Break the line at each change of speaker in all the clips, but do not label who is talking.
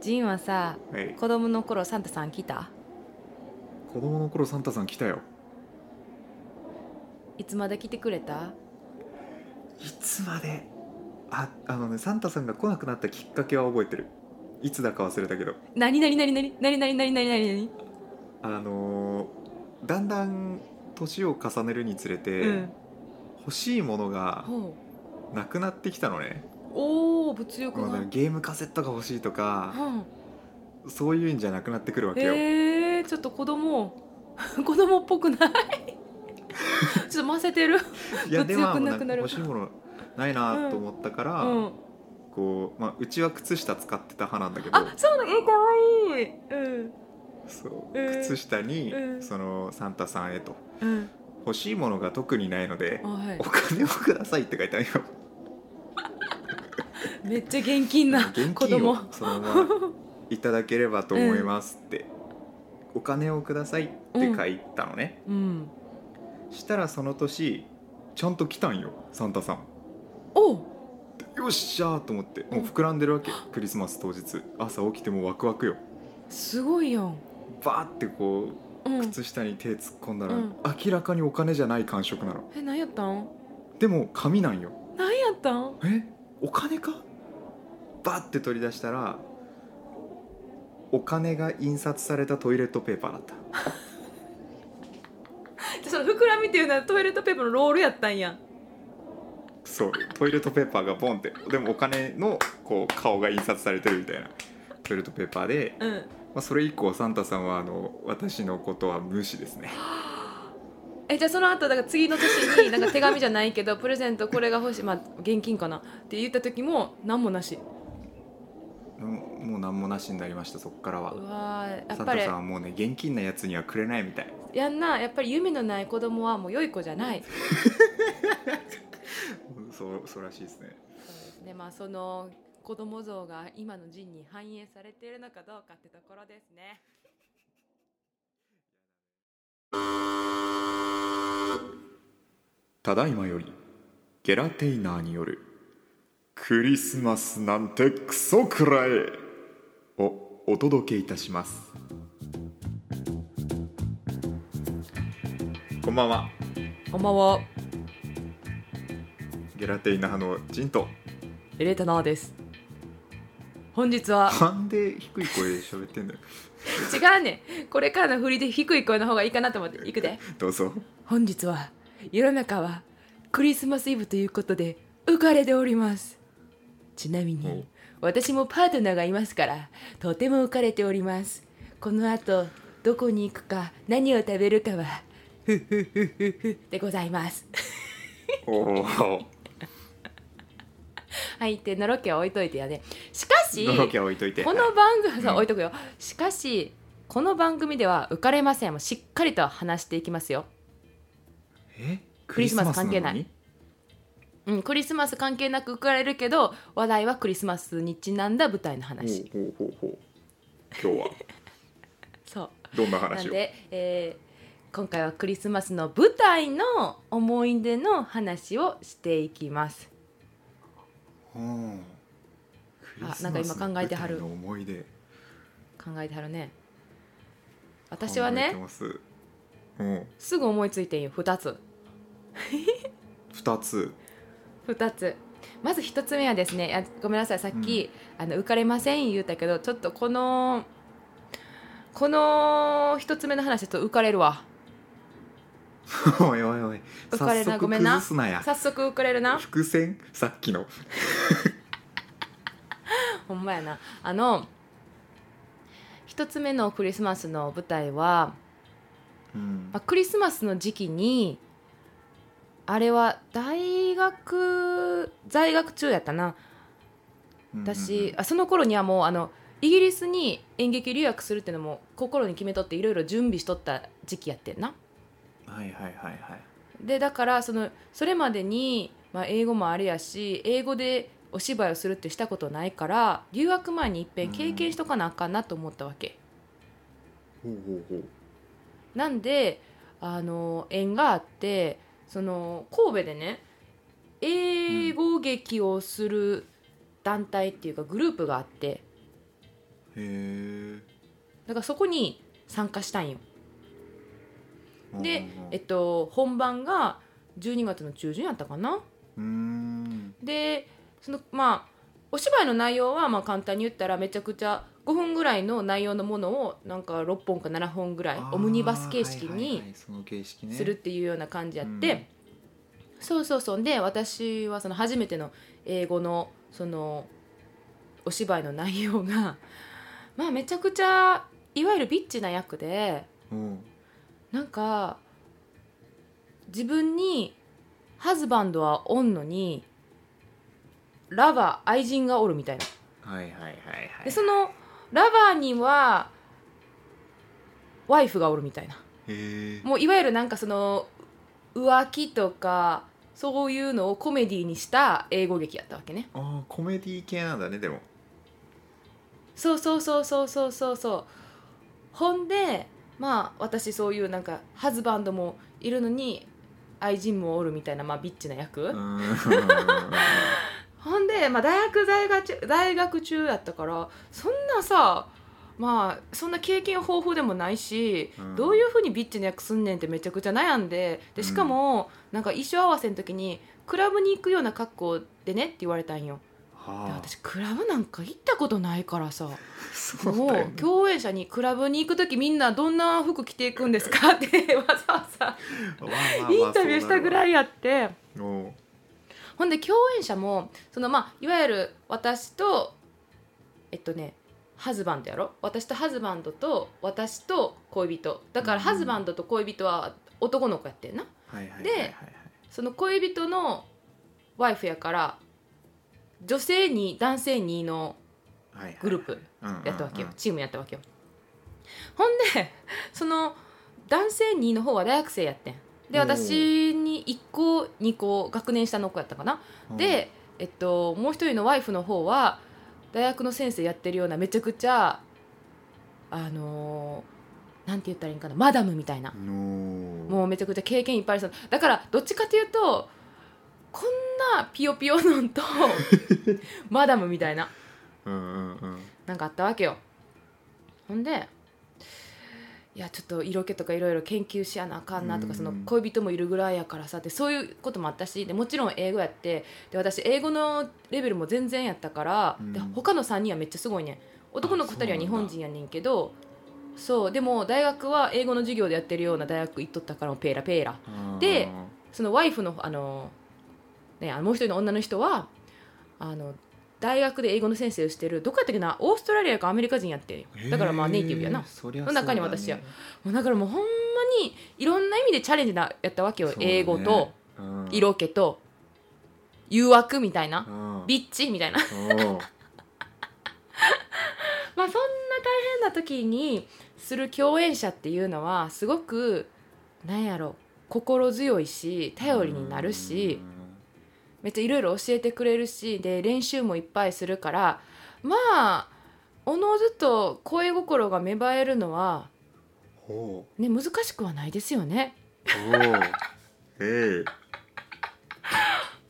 ジンはさ
はい
子供の頃サンタさん来た
子供の頃サンタさん来たよ
いつまで来てくれた
いつまでああのねサンタさんが来なくなったきっかけは覚えてるいつだか忘れたけど
何何何何何何何何何
あのーだんだん年を重ねるにつれて、
うん
欲しいものが
ほ
なくなってきたのね、
うおお物欲
まあ
が
ねゲームカセットが欲しいとか
うん
そういうんじゃなくなってくるわけよ、
えー、ちょっと子供 子供っぽくない ちょっとませてる
いや
物
で
欲
も
なくなる
欲しいものないなと思ったか
う
ら、
ん
こうまあ、うちは靴下使ってた派なんだけど
あそうなのえかわいいうん
そう
えー
靴下に、
うん
そのサンタさんへと
うん
欲しいものが特にないので
あはい
お金をくださいって書いてあるよ
めっちゃ現金 な
現
子
金
供
をそのままいただければと思いますって、お金をくださいって書いたのね、
うん
したらその年ちゃんと来たんよサンタさん
おう
よっしゃーと思ってもう
うん
膨らんでるわけ、クリスマス当日朝起きてもうワクワクよ
すごいやん
バーってこ
う
うん靴下に手突っ込んだら、
うん
明らかにお金じゃない感触なの
え何やったん
でも紙なんよ
何やったん
えお金かバッて取り出したらお金が印刷されたトイレットペーパーだった
その膨らみっていうのはトイレットペーパーのロールやったんや
そうトイレットペーパーがボンってでもお金のこう顔が印刷されてるみたいなトイレットペーパーで、ま
うん
あ、それ以降サンタさんはあの私のことは無視ですね
えじゃあその後だから次の年になんか手紙じゃないけ どプレゼントこれが欲しいまあ現金かなって言った時も何もなし
うんもう何もなしになりましたそこからは
うわーや
サ
っ
ン
ぱ
タ
り
さんはもうね現金なやつにはくれないみたい
やんなやっぱり夢のない子供はもう良い子じゃない
うんそうそうらしいですね
そうですねまあその子供像が今の人に反映されているのかどうかってところですね
ただいまよりゲラテイナーによる「クリスマスなんてクソくらえ!」をお届けいたしますこんばんは
こんばんは
ゲラテイナーのジンと
エレータナーです本日 は
なんで低い声で喋ってんだよ
違うねんこれからの振りで低い声の方がいいかなと思っていくで
どうぞ
本日は世の中はクリスマスイブということで浮かれておりますちなみ
お
に私もパートナーがいますからとても浮かれておりますこのあとどこに行くか何を食べるかはふっふっふっふっふっでございます
おお
はいってのろけは置いといてやねしかし
のろけは置いといて
この番組そう置いとくよしかしこの番組では浮かれませんもしっかりと話していきますよ
え
クリスマス関係ないうん、クリスマス関係なく浮かれるけど話題はクリスマスにちなんだ舞台の
ク
話、
リスマスなのにほうほうほうほう今日は
そう
どんな
なん
話を
で、えー今回はクリスマスの舞台の思い出の話をしていきます
うん
あなんか今考えてはる
クリスマスの舞台の思い出
考えてはるね私はね
考えてますうん
すぐ思いついてんよ2つ
二つ
2つまず1つ目はですねあごめんなさいさっき、あの浮かれません言うたけどちょっとこのこの1つ目の話ちょっと浮かれるわ
おいおいおい
浮かれな
早速
ごめんな
崩すなや
早速浮かれるな
伏線さっきの
ほんまやなあの一つ目のクリスマスの舞台は、
うん
まあ、クリスマスの時期にあれは大学在学中やったな私、あその頃にはもうあのイギリスに演劇留学するっていうのも心に決めとっていろいろ準備しとった時期やってんな
うんうんはいはいはいはい
でだからそのそれまでに、まあ、英語もあれやし英語でお芝居をするってしたことないから留学前にいっぺん経験しとかなあかんなと思ったわけ、
ほうほうほう
なんであの縁があってその神戸でね英語劇をする団体っていうかグループがあって、
へえ
だからそこに参加したんよで、えっと、本番が12月の中旬やったかな
うーん
でそのまあお芝居の内容はまあ簡単に言ったらめちゃくちゃ5分ぐらいの内容のものをなんか6本か7本ぐらい
あー
オムニバス形式
はいはい
に
はいその形式ね
するっていうような感じやって、
うん
そうそうそうで私はその初めての英語のそのお芝居の内容が まあめちゃくちゃいわゆるビッチな役で
うん
なんか自分にハズバンドはおんのにラバー愛人がおるみたいな
はいはいはいはい
でそのラバーにはワイフがおるみたいな
へえ
もういわゆるなんかその浮気とかそういうのをコメディにした英語劇やったわけね
あーコメディ系なんだねでも
そうそうそうそうそうそうそうほんでまあ私そういうなんかハズバンドもいるのに愛人もおるみたいな、まあ、ビッチな役、
うーん
ほんで、まあ、大学在学中大学中やったからそんなさまあそんな経験豊富でもないし、
うん
どういうふうにビッチに訳すんねんってめちゃくちゃ悩んででしかも、なんか衣装合わせの時にクラブに行くような格好でねって言われたんよで
はあ
私クラブなんか行ったことないからさ
そ
も
うだよ
う
ね
共演者にクラブに行く時みんなどんな服着ていくんですかってわざわざ
まあまあまあ
インタビューしたぐら
い
いやって。
お
ほんで共演者もそのまあいわゆる私とえっとねハズバンドやろ私とハズバンドと私と恋人だから
うん
ハズバンドと恋人は男の子やってんな
はいはいはいはい
でその恋人のワイフやから女性に男性にの
はいはい
グループやったわけよ、
うんうん
チームやったわけよほんでその男性2の方は大学生やってんで
おー
私に1個2個学年下の子やったかな
うん
で、えっと、もう一人のワイフの方は大学の先生やってるようなめちゃくちゃあのーなんて言ったらいいんかなマダムみたいな
おー
もうめちゃくちゃ経験いっぱいある人だからどっちかというとこんなピヨピヨのんとマダムみたいな
うんうんうん
なんかあったわけよほんでいやちょっと色気とかいろいろ研究しやなあかんなと
う
か
ん
その恋人もいるぐらいやからさでそういうこともあったしでもちろん英語やってで私英語のレベルも全然やったからで
うん
他の3人はめっちゃすごいねん男の
あ
2
そう
人
なんだ
は日本人やねんけどそうでも大学は英語の授業でやってるような大学行っとったからもうペーラペーラ
あー
でそのワイフのあの、ね、あのもう一人の女の人はあの大学で英語の先生をしてるどこやったっけなオーストラリアかアメリカ人やってんよだからまあネイティブやな
へーそりゃ
の中に私や
そ
も
うだね
うだからもうほんまにいろんな意味でチャレンジなやったわけよ、
そうだね
英語と
うん
色気と誘惑みたいな
うん
ビッチみたいな
おー
まあそんな大変な時にする共演者っていうのはすごくなんやろ心強いし頼りになるし、めっちゃいろいろ教えてくれるしで練習もいっぱいするからまあおのずと恋心が芽生えるのは、
うんおー
ね、難しくはないですよね。
おーえ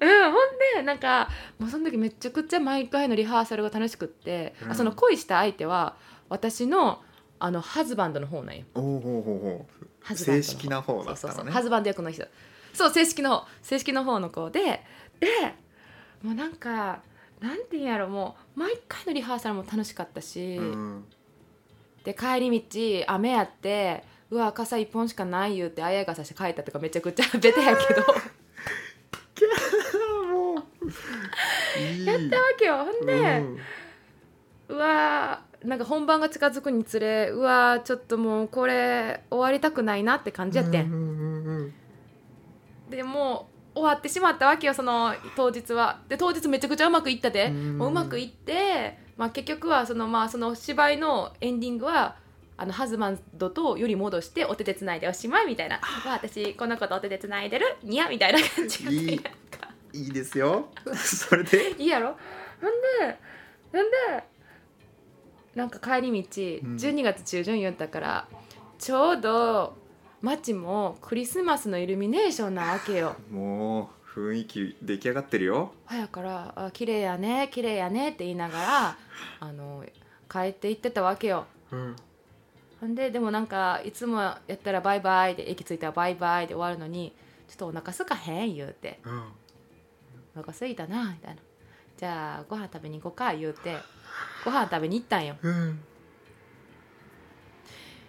え
うん、ほんでなんかもうその時めちゃくちゃ毎回のリハーサルが楽しくって、
うん
あその恋した相手は私のあのハズバンドの方なんよ。
おーおーおーお
ハ
ー
ズバンドの方
正式な方だ
そうそ
った
うそ
の
う
ね
ハズバンド役の人そう正式の方正式の方の子ででもうなんかなんていうんやろもう毎回のリハーサルも楽しかったし、
うん
で帰り道雨やってうわ傘一本しかない言うてあやがさして帰ったとかめちゃくちゃベタやけ ど
もういい
やったわけよほん
う
で、
ん
うわーなんか本番が近づくにつれうわーちょっともうこれ終わりたくないなって感じやってん、
うんうんうんうん
でもう終わってしまったわけよその当日はで当日めちゃくちゃうまくいったで、
うん
もううまくいって、まあ、結局はその,、まあ、その芝居のエンディングはあのハズマンドとより戻してお手手つないでおしまいみたいな「わあ私この子とお手手つないでるニャ」みたいな感じやったんや
いいいいですよそれで
いいやろほんでなんでなんか帰り道
うん
12月中旬言ったから、ちょうど街もクリスマスのイルミネーションなわけ よ。
もう雰囲気出来上がってるよ
ほやから「あ綺麗やね綺麗やね」って言いながらあの帰って行ってたわけよ
うん
ほんででもなんかいつもやったら「バイバイ」で駅着いたら「バイバイ」で終わるのにちょっとお腹すかへん言うて
うん
「お腹すいたな」みたいな「じゃあご飯食べに行こうか」言うてご飯食べに行ったんよ
うん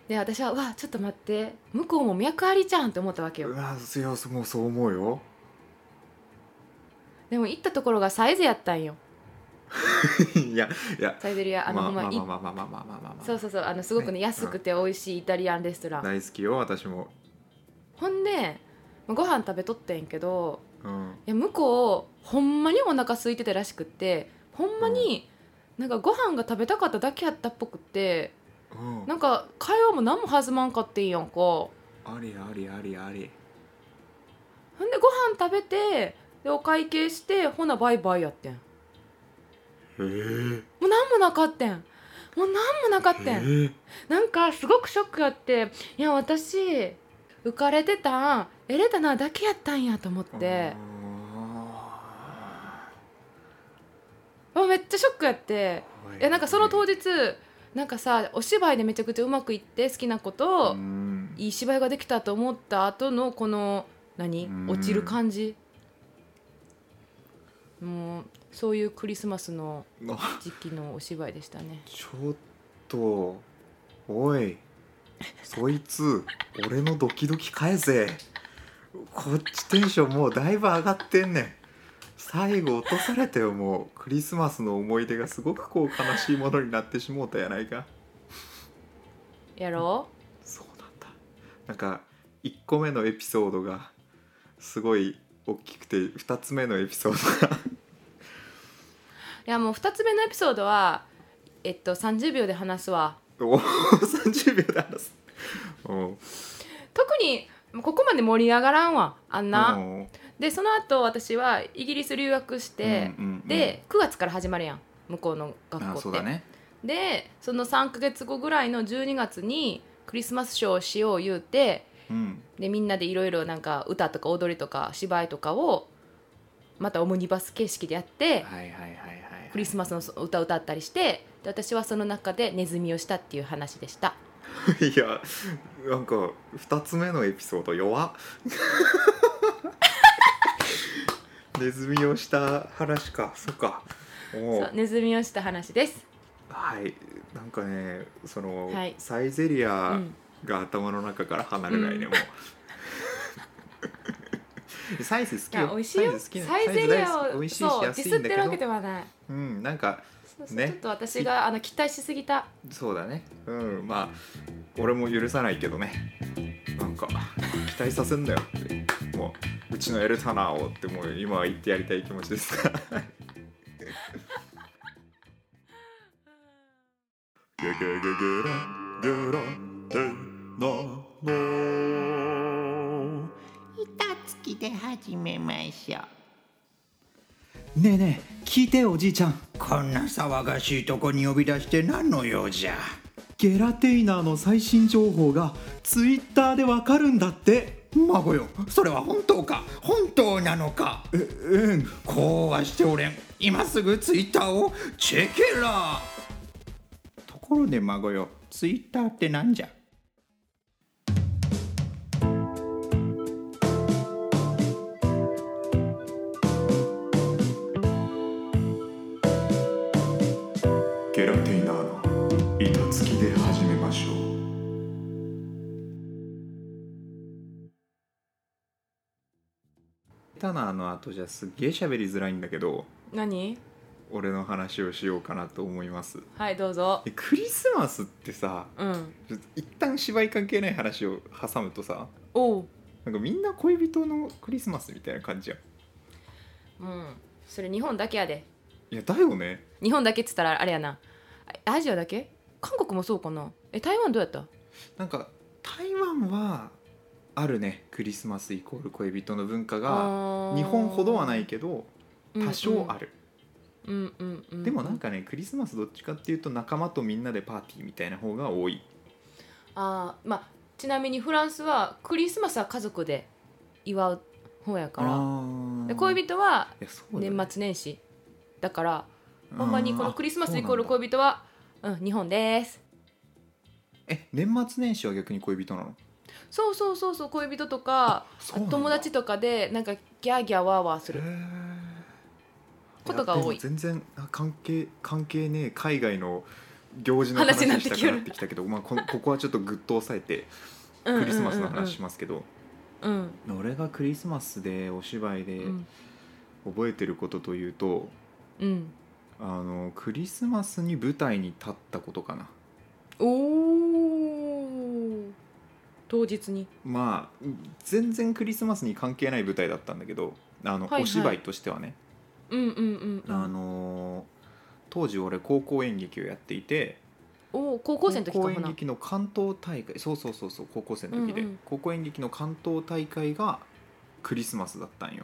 で私は「うわちょっと待って向こうも脈ありじゃん」って思ったわけ
う
よ
わいやもうそう思 うよ
でも行ったところがサイゼやったんよ
いやいや
サイゼリアあの、
まあ
ほんま
まあ
い
まあまあまあまあまあまあまあ
そうそうそうあのすごくね
ね
安くて美味しいイタリアンレストラン、
大好きよ私も
ほんでまあご飯食べとってんけど
うん
いや向こうほんまにお腹空いてたらしくってほんまになんかご飯が食べたかっただけやったっぽくって
うん
なんか会話も何も弾まんかってんやんかほ
ありありありあり
んでご飯食べてでお会計してほなバイバイやってんも
へえ
う何もなかってんもう何もなかってん
へえ
なんかすごくショックやっていや私浮かれてたんエレたなだけやったんやと思って
あ
もうめっちゃショックやって
ー
いやなんかその当
時
日なんかさお芝居でめちゃくちゃうまくいって好きな子と、
うん
いい芝居ができたと思った後のこの何
うん
落ちる感じもうそういうクリスマスの
あ
時期のお芝居でしたね
ちょっとおいそいつ俺のドキドキ返せこっちテンションもうだいぶ上がってんねん最後落とされたよもうクリスマスの思い出がすごくこう悲しいものになってしもうたやないか
やろ
そうなんだなんか1個目のエピソードがすごい大きくて2つ目のエピソードが
いやもう2つ目のエピソードはえっと30秒で話すわ
おお30秒で話すおう
特にここまで盛り上がらんわあんな、
おう
でその後私はイギリス留学して、
うんうんうん
で9月から始まるやん向こうの学校
あ
って
そうだね
でその3ヶ月後ぐらいの12月にクリスマスショーをしよう言うて
うん
でみんなでいろいろなんか歌とか踊りとか芝居とかをまたオムニバス形式でやって
はいはいはいはい
クリスマスのそ歌を歌ったりしてで私はその中でネズミをしたっていう話でした
ス いやなんか2つ目のエピソード弱 っネズミをした話かそっか
そ
も
う
う
ネズミをした話です
はいなんかねその、
はい
サイゼリ
う
ア
ん
が頭の中から離れないね、
うん
もう サイズ好
い
き
や
よ
美味しいよ
サイズ好きな
サイゼリア
サイズ大好き
を
美味しいし
そうデ
安
ィ
い
スっ
んだ
てるわけ
け
で
ど
はない
うんなんか
そうそうち
ね
ょっと私があの期待しすぎた
そうだねうんまあ俺も許さないけどねなんか期待させんなよってもううちのエルタナーをってもう今は言ってやりたい気持ちですからゲゲゲゲラゲラテナの
板付きで始めましょう
ねえねえ聞いておじいちゃん
こんな騒がしいとこに呼び出して何の用じゃ
ゲラテイナーの最新情報がツイッターでわかるんだって
孫よそれは本当か本当なのか
えうん
こうはしておれん今すぐツイッターをチェケラところで孫よツイッターってなんじゃ
ゲラテイナーの板付きで始めましょうタナーの後じゃすっげえ喋りづらいんだけど
何
俺の話をしようかなと思います
はいどうぞ
えクリスマスってさ
うん
ちょっと一旦芝居関係ない話を挟むとさ
おう
なんかみんな恋人のクリスマスみたいな感じやん
うんそれ日本だけやで
いやだよね
日本だけっつったらあれやなあアジアだけ韓国もそうかなえ台湾どうやった
なんか台湾はあるねクリスマスイコール恋人の文化が日本ほどはないけど多少あ
る、
る、
うんうんうん、
でもなんかねクリスマスどっちかっていうと仲間とみんなでパーティーみたいな方が多い
あーまあちなみにフランスはクリスマスは家族で祝う方やから
ら
で恋人は
人
年末年始だからほんまにこのクリスマスイコール
人
恋人はうん日本です
え年末年始は逆に恋人なの
そうそうそうそう恋人とか
そうなんだ
友達とかでなんかギャーギャーワーワーすることが多い
やでも全然あ関係関係ねえ海外の行事の
話
話
になって
した
き
く
よる
なってきたけど、まあ、こ ここはちょっとぐっと抑えてク
ク
リスマスの話しますけ
う
ど、
んうん
俺がクリスマスでお芝居で
うん
覚えてることというと、
うん
あのクリスマスに舞台に立ったことかな
おお当日に
まあ全然クリスマスに関係ない舞台だったんだけどあの、
いはい
お芝居としてはね、
うんうんうんうん
あの当時俺高校演劇をやっていて
おー高校生の時か
高
も
校演
な
劇の関東大会そうそうそうそう高校生の時で、
うんうん
高校演劇の関東大会がクリスマスだったんよ、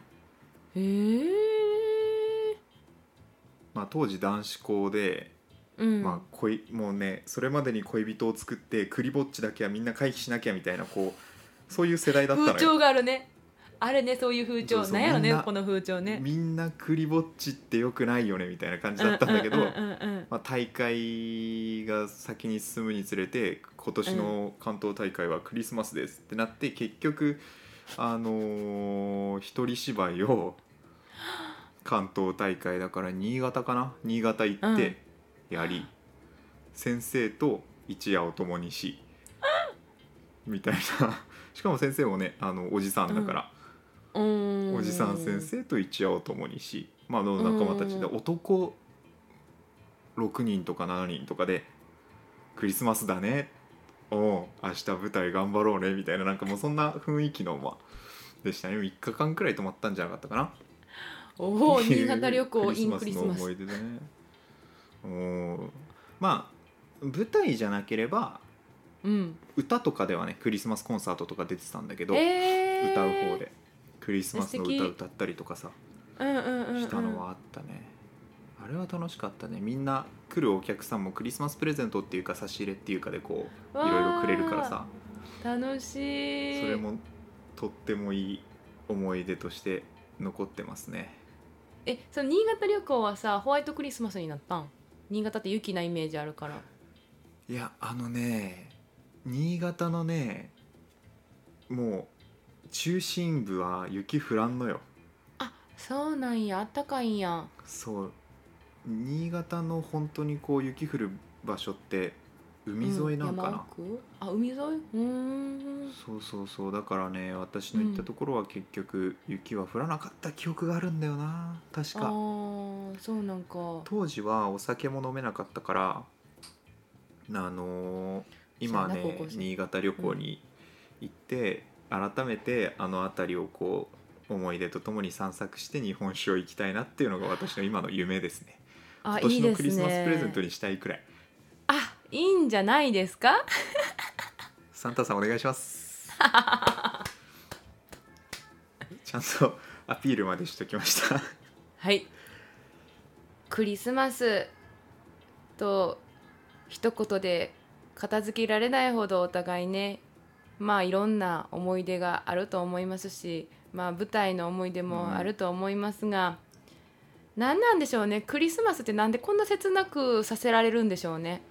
へえ
まあ、当時男子校で、
うん
まあ、恋もうねそれまでに恋人を作ってクリぼっちだけはみんな回避しなきゃみたいなこうそういう世代だったのよ
風潮があるねあれねそういう風
そ
潮
うそう
なんやろ
み
ね
んな
この風潮ね
みんなクリぼっちってよくないよねみたいな感じだったんだけど、
うううんうん
まあ、大会が先に進むにつれて今年の関東大会はクリスマスですってなって結局あのー一人芝居を関東大会だから新潟かな新潟行ってやり、先生と一夜を共にしみたいなしかも先生もねあのおじさんだから、
うん
おじさん先生と一夜を共にし、まあ、の仲間たちで
うん
男6人とか7人とかで「クリスマスだねおう明日舞台頑張ろうね」みたいななんかもうそんな雰囲気のまあでしたね3日間くらい泊まったんじゃなかったかな。
おお
ってい
新
う
潟旅行インクリス
の
マ
思
ス
い出だね。おまあ舞台じゃなければ
うん
歌とかではねクリスマスコンサートとか出てたんだけど、
えー
歌う方でクリスマスの
素敵
歌歌ったりとかさ
うんうんうんうん
したのはあったね、あれは楽しかったねみんな来るお客さんもクリスマスプレゼントっていうか差し入れっていうかでこうい
わー
ろいろくれるからさ
楽し
そ
い
れもとってもいい思い出として残ってますね
えその新潟旅行はさホワイトクリスマスになったん新潟って雪なイメージあるから
いやあのね新潟のねもう中心部は雪降らんのよ
そうなんやあったかいんや
そう新潟の本当にこう雪降る場所って海沿いなん
うん
かな、
山奥あ海沿いうーん
そうそうそうだからね私の行ったところは結局雪は降らなかった記憶があるんだよな確
あ
か
ーそうなんか
当時はお酒も飲めなかったからあのー今
そうや
ね
な高校生
新潟旅行に行って、改めてあの辺りをこう思い出とともに散策して日本酒を行きたいなっていうのが私の今の夢ですね
あ
今年
いい
の
ですね
クリスマスプレゼントにしたいくらい
あいいんじゃないですか
サンタさんお願いしますちゃんとアピールまでしときました
はいクリスマスと一言で片付けられないほどお互いねまあいろんな思い出があると思いますしまあ舞台の思い出もあると思いますが、何なんでしょうねクリスマスってなんでこんな切なくさせられるんでしょうね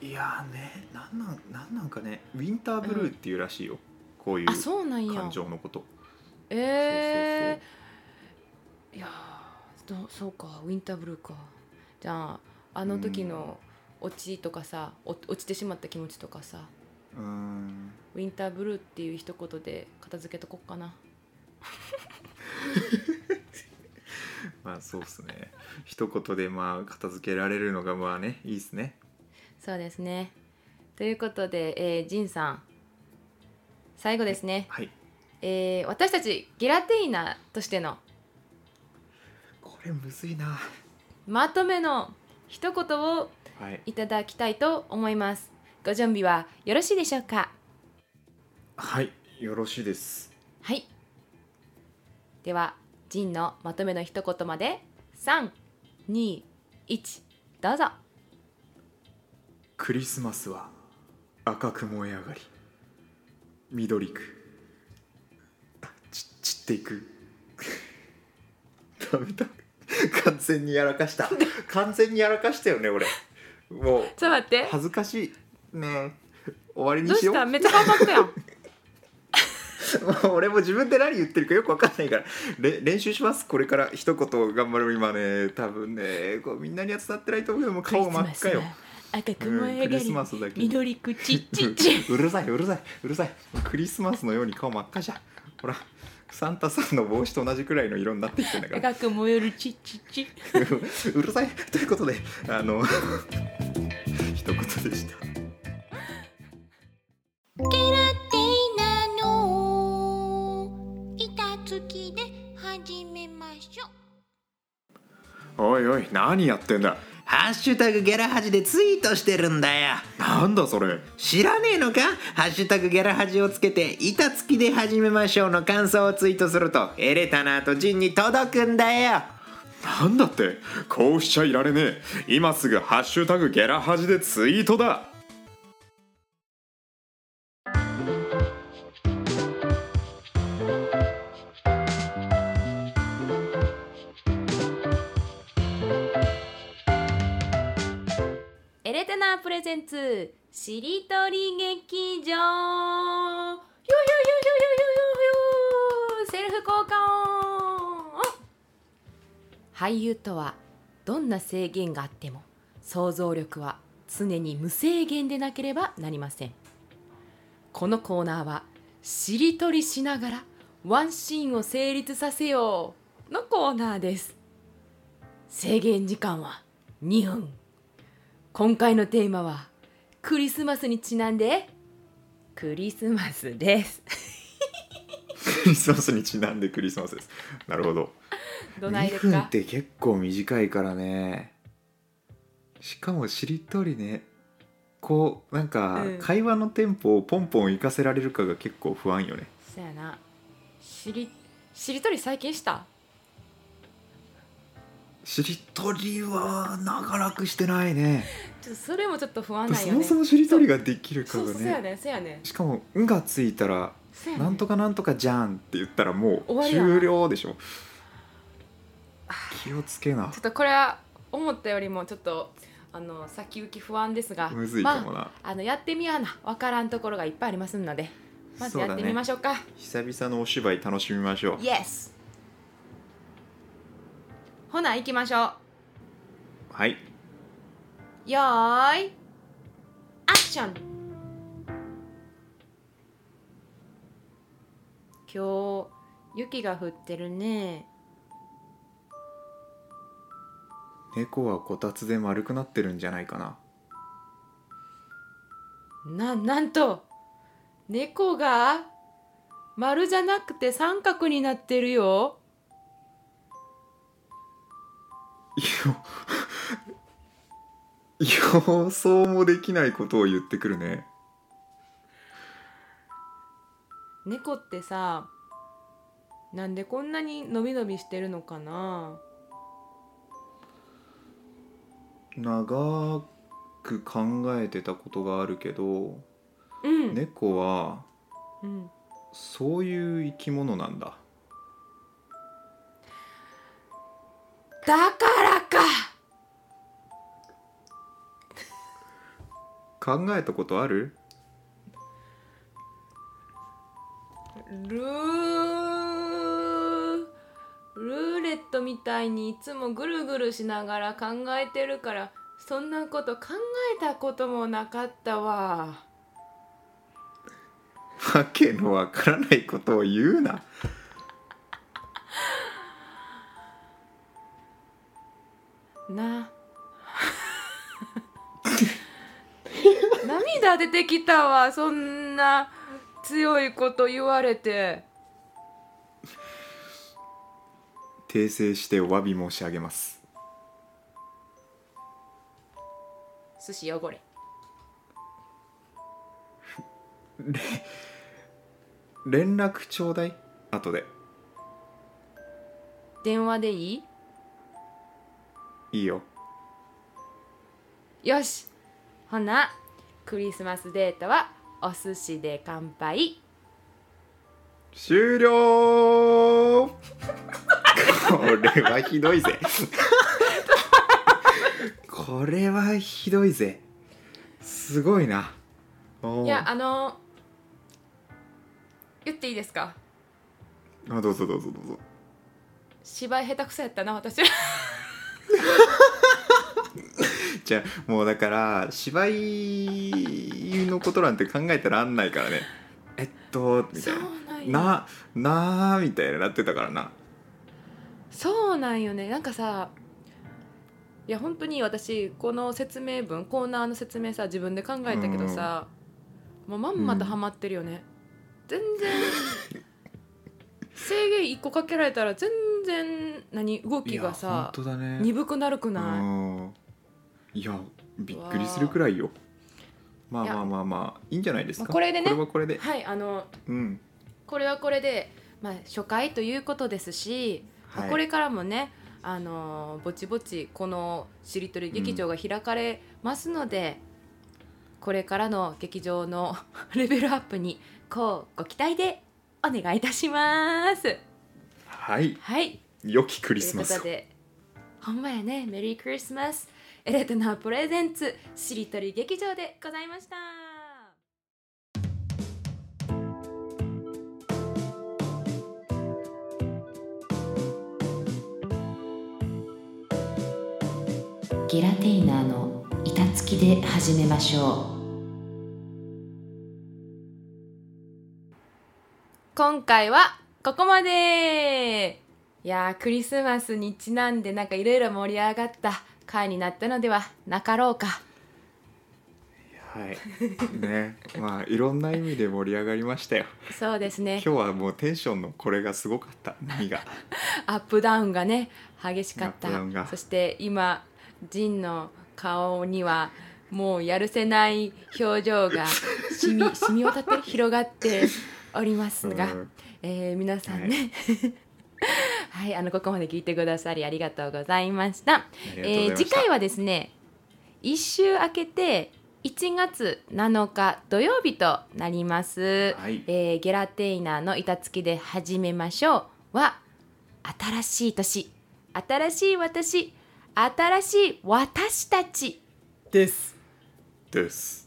いやーねなんなんなんなんかねウィンターブルーっていうらしいよ、こういう
あそうなんや
感情のこと
ええいやーそそうかウィンターブルーかじゃああの時の落ちとかさ、お落ちてしまった気持ちとかさ
うーん
ウィンターブルーっていう一言で片付けとこっかな
まあそうっすね一言でまあ片付けられるのがまあねいいっすね
そうですねということで、えー、ジンさん最後ですね、
はい
えー私たちゲラテイナーとしての
これむずいな
まとめの一言を
はい
いただきたいと思いますご準備はよろしいでしょうか
はいよろしいです
はい。では、ジンのまとめの一言まで、三、二、一、どうぞ。
クリスマスは赤く燃え上がり緑くあち散っていく ダメだ完全にやらかした完全にやらかしたよね俺もう
ちょっと待って
恥ずかしいねえ終わり
ど
に
う
し
し
よ
た
う
めっちゃ頑張ったやん
もう 俺も自分で何言ってるかよくわかんないかられ練習しますこれから一言頑張る今ね多分ねこうみんなには伝わってないと思うけども
クリ
う顔
ス
真っ
マス
赤よ
は赤く燃え上
うんクリスマス
が
だ
り
け
緑くちっちっち
うるさいうるさいうるさいクリスマスのように顔真っ赤じゃんほらサンタさんの帽子と同じくらいの色になってきてん だから
赤く燃えるちっちっち
うるさいということであの 一言でした
っていなの板付きで始めましょう
おいおい何やってんだ
ハッシュタグゲラハジでツイートしてるんだよ。
なんだそれ
知らねえのかハッシュタグゲラハジをつけて、板付きで始めましょうの感想をツイートすると、エレタナーとジンに届くんだよ。
なんだってこうしちゃいられねえ今すぐ「ハッシュタグゲラハジ」でツイートだ
エレテナープレゼンツしりとり劇場よよよよよよよよよよセルフ効果音俳優とはどんな制限があっても想像力は常に無制限でなければなりませんこのコーナーはしりとりしながらワンシーンを成立させようのコーナーです制限時間は2分今回のテーマはクリスマスにちなんでクリスマスです。
クリスマスにちなんでクリスマスですなるほど
どないで
2
す
分っ
か？
て結構短いからねしかもしりとりねこうなんか
うん
会話のテンポをポンポン活かせられるかが結構不安よね
そやな。しりしりとり最近した？
しりとりは長らくしてないね
ちょっとそれもちょっと不安なん
そ
よ
も
ね。
そもしりとりができるか
そう
が
そうそうや
ね
ねんそうやねん
しかも「ん」がついたら
そうやね
なんとかなんとかじゃんって言ったらも
終
う
わりやな
終了でしょ気をつけな
ちょっとこれは思ったよりもちょっとあの先行き不安ですが、
むずいかも
ま
な、
あ、あのやってみやなわからんところがいっぱいありますので、まずやってみましょうか。
久々のお芝居楽しみましょう
イエス。ほな行きましょう。
はい
よーいアクション今日雪が降ってるね
猫はこたつで丸くなってるんじゃないかな
ななんと猫が丸じゃなくて三角になってるよ
予想もできないことを言ってくるね
猫ってさなんでこんなにのびのびしてるのかな
長く考えてたことがあるけど
うん、
猫は
うん、
そういう生き物なんだ
だからか
考えたことある
ルールーレットみたいにいつもぐるぐるしながら考えてるからそんなこと考えたこともなかったわ
わけのわからないことを言うな
な涙出てきたわそんな強いこと言われて
訂正してお詫び申し上げます
寿司汚れ
連絡ちょうだい後で
電話でい
いいよ
いよしほなクリスマスデートはお寿司で乾杯
終了これはひどいぜここれはひどいぜすごいなおー
いやあの言っていいですか
あどうぞどうぞどうぞ
芝居下手くそやったな私
じゃあもうだから芝居のことなんて考えてらんないからねえっとみ
そ
たいう
なんよ
なななあみたいになってたからな
そうなんよねなんかさいや本当に私この説明文コーナーの説明さ自分で考えたけどさ、もうまんまとハマってるよね、全然 制限1個かけられたら全然何動きがさ
本当だね
鈍くなるくない、
うんいやびっくりするくらいよまあ
いや
まあまあまあいいんじゃないですか、
まあこれでね
これはこれで
はいあの
うん
これはこれで、まあ、初回ということですし、まあ
はい
これからもねあのーぼちぼちこのしりとり劇場が開かれますので、これからの劇場の レベルアップにこうご期待でお願いいたします。
はい
はい
良きク
と
リ
い
ス
うこ
マス
と
を
でほんまやねメリークリスマスエレトナプレゼンツしりとり劇場でございました。
ゲラテイナーの板付きで始めましょ
今回はここまでいやークリスマスにちなんでなんかいろいろ盛り上がった回になったのではなかろうか
はいねまあいろんな意味で盛り上がりましたよ
そうです ね
今日はもうテンションのこれがすごかった波が
アップダウンがね激しかっ
アップダウンが
たそして今ジンの顔にはもうやるせない表情がし みしみ渡って広がっておりますが、
うん
えー皆さんね、 はい、あのここまで聞いてくださりありがとうございました。
りがとうござい
えー
まし
次
た
回はですね、一週明けて1月7日土曜日となります。
はい
えーゲラテイナーの板付きで始めましょうは新しい年、新しい私、新しい私たちです。
です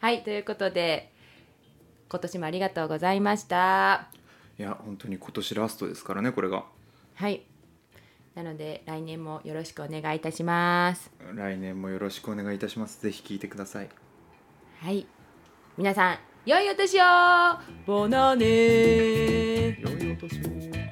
はい、ということで今年もありがとうございました。
いや本当に今年ラストですからねこれが
はい。なので来年もよろしくお願いいたします。
来年もよろしくお願いいたしますぜひ聞いてください
はい。皆さん、良いお年をボナネ
良いお年を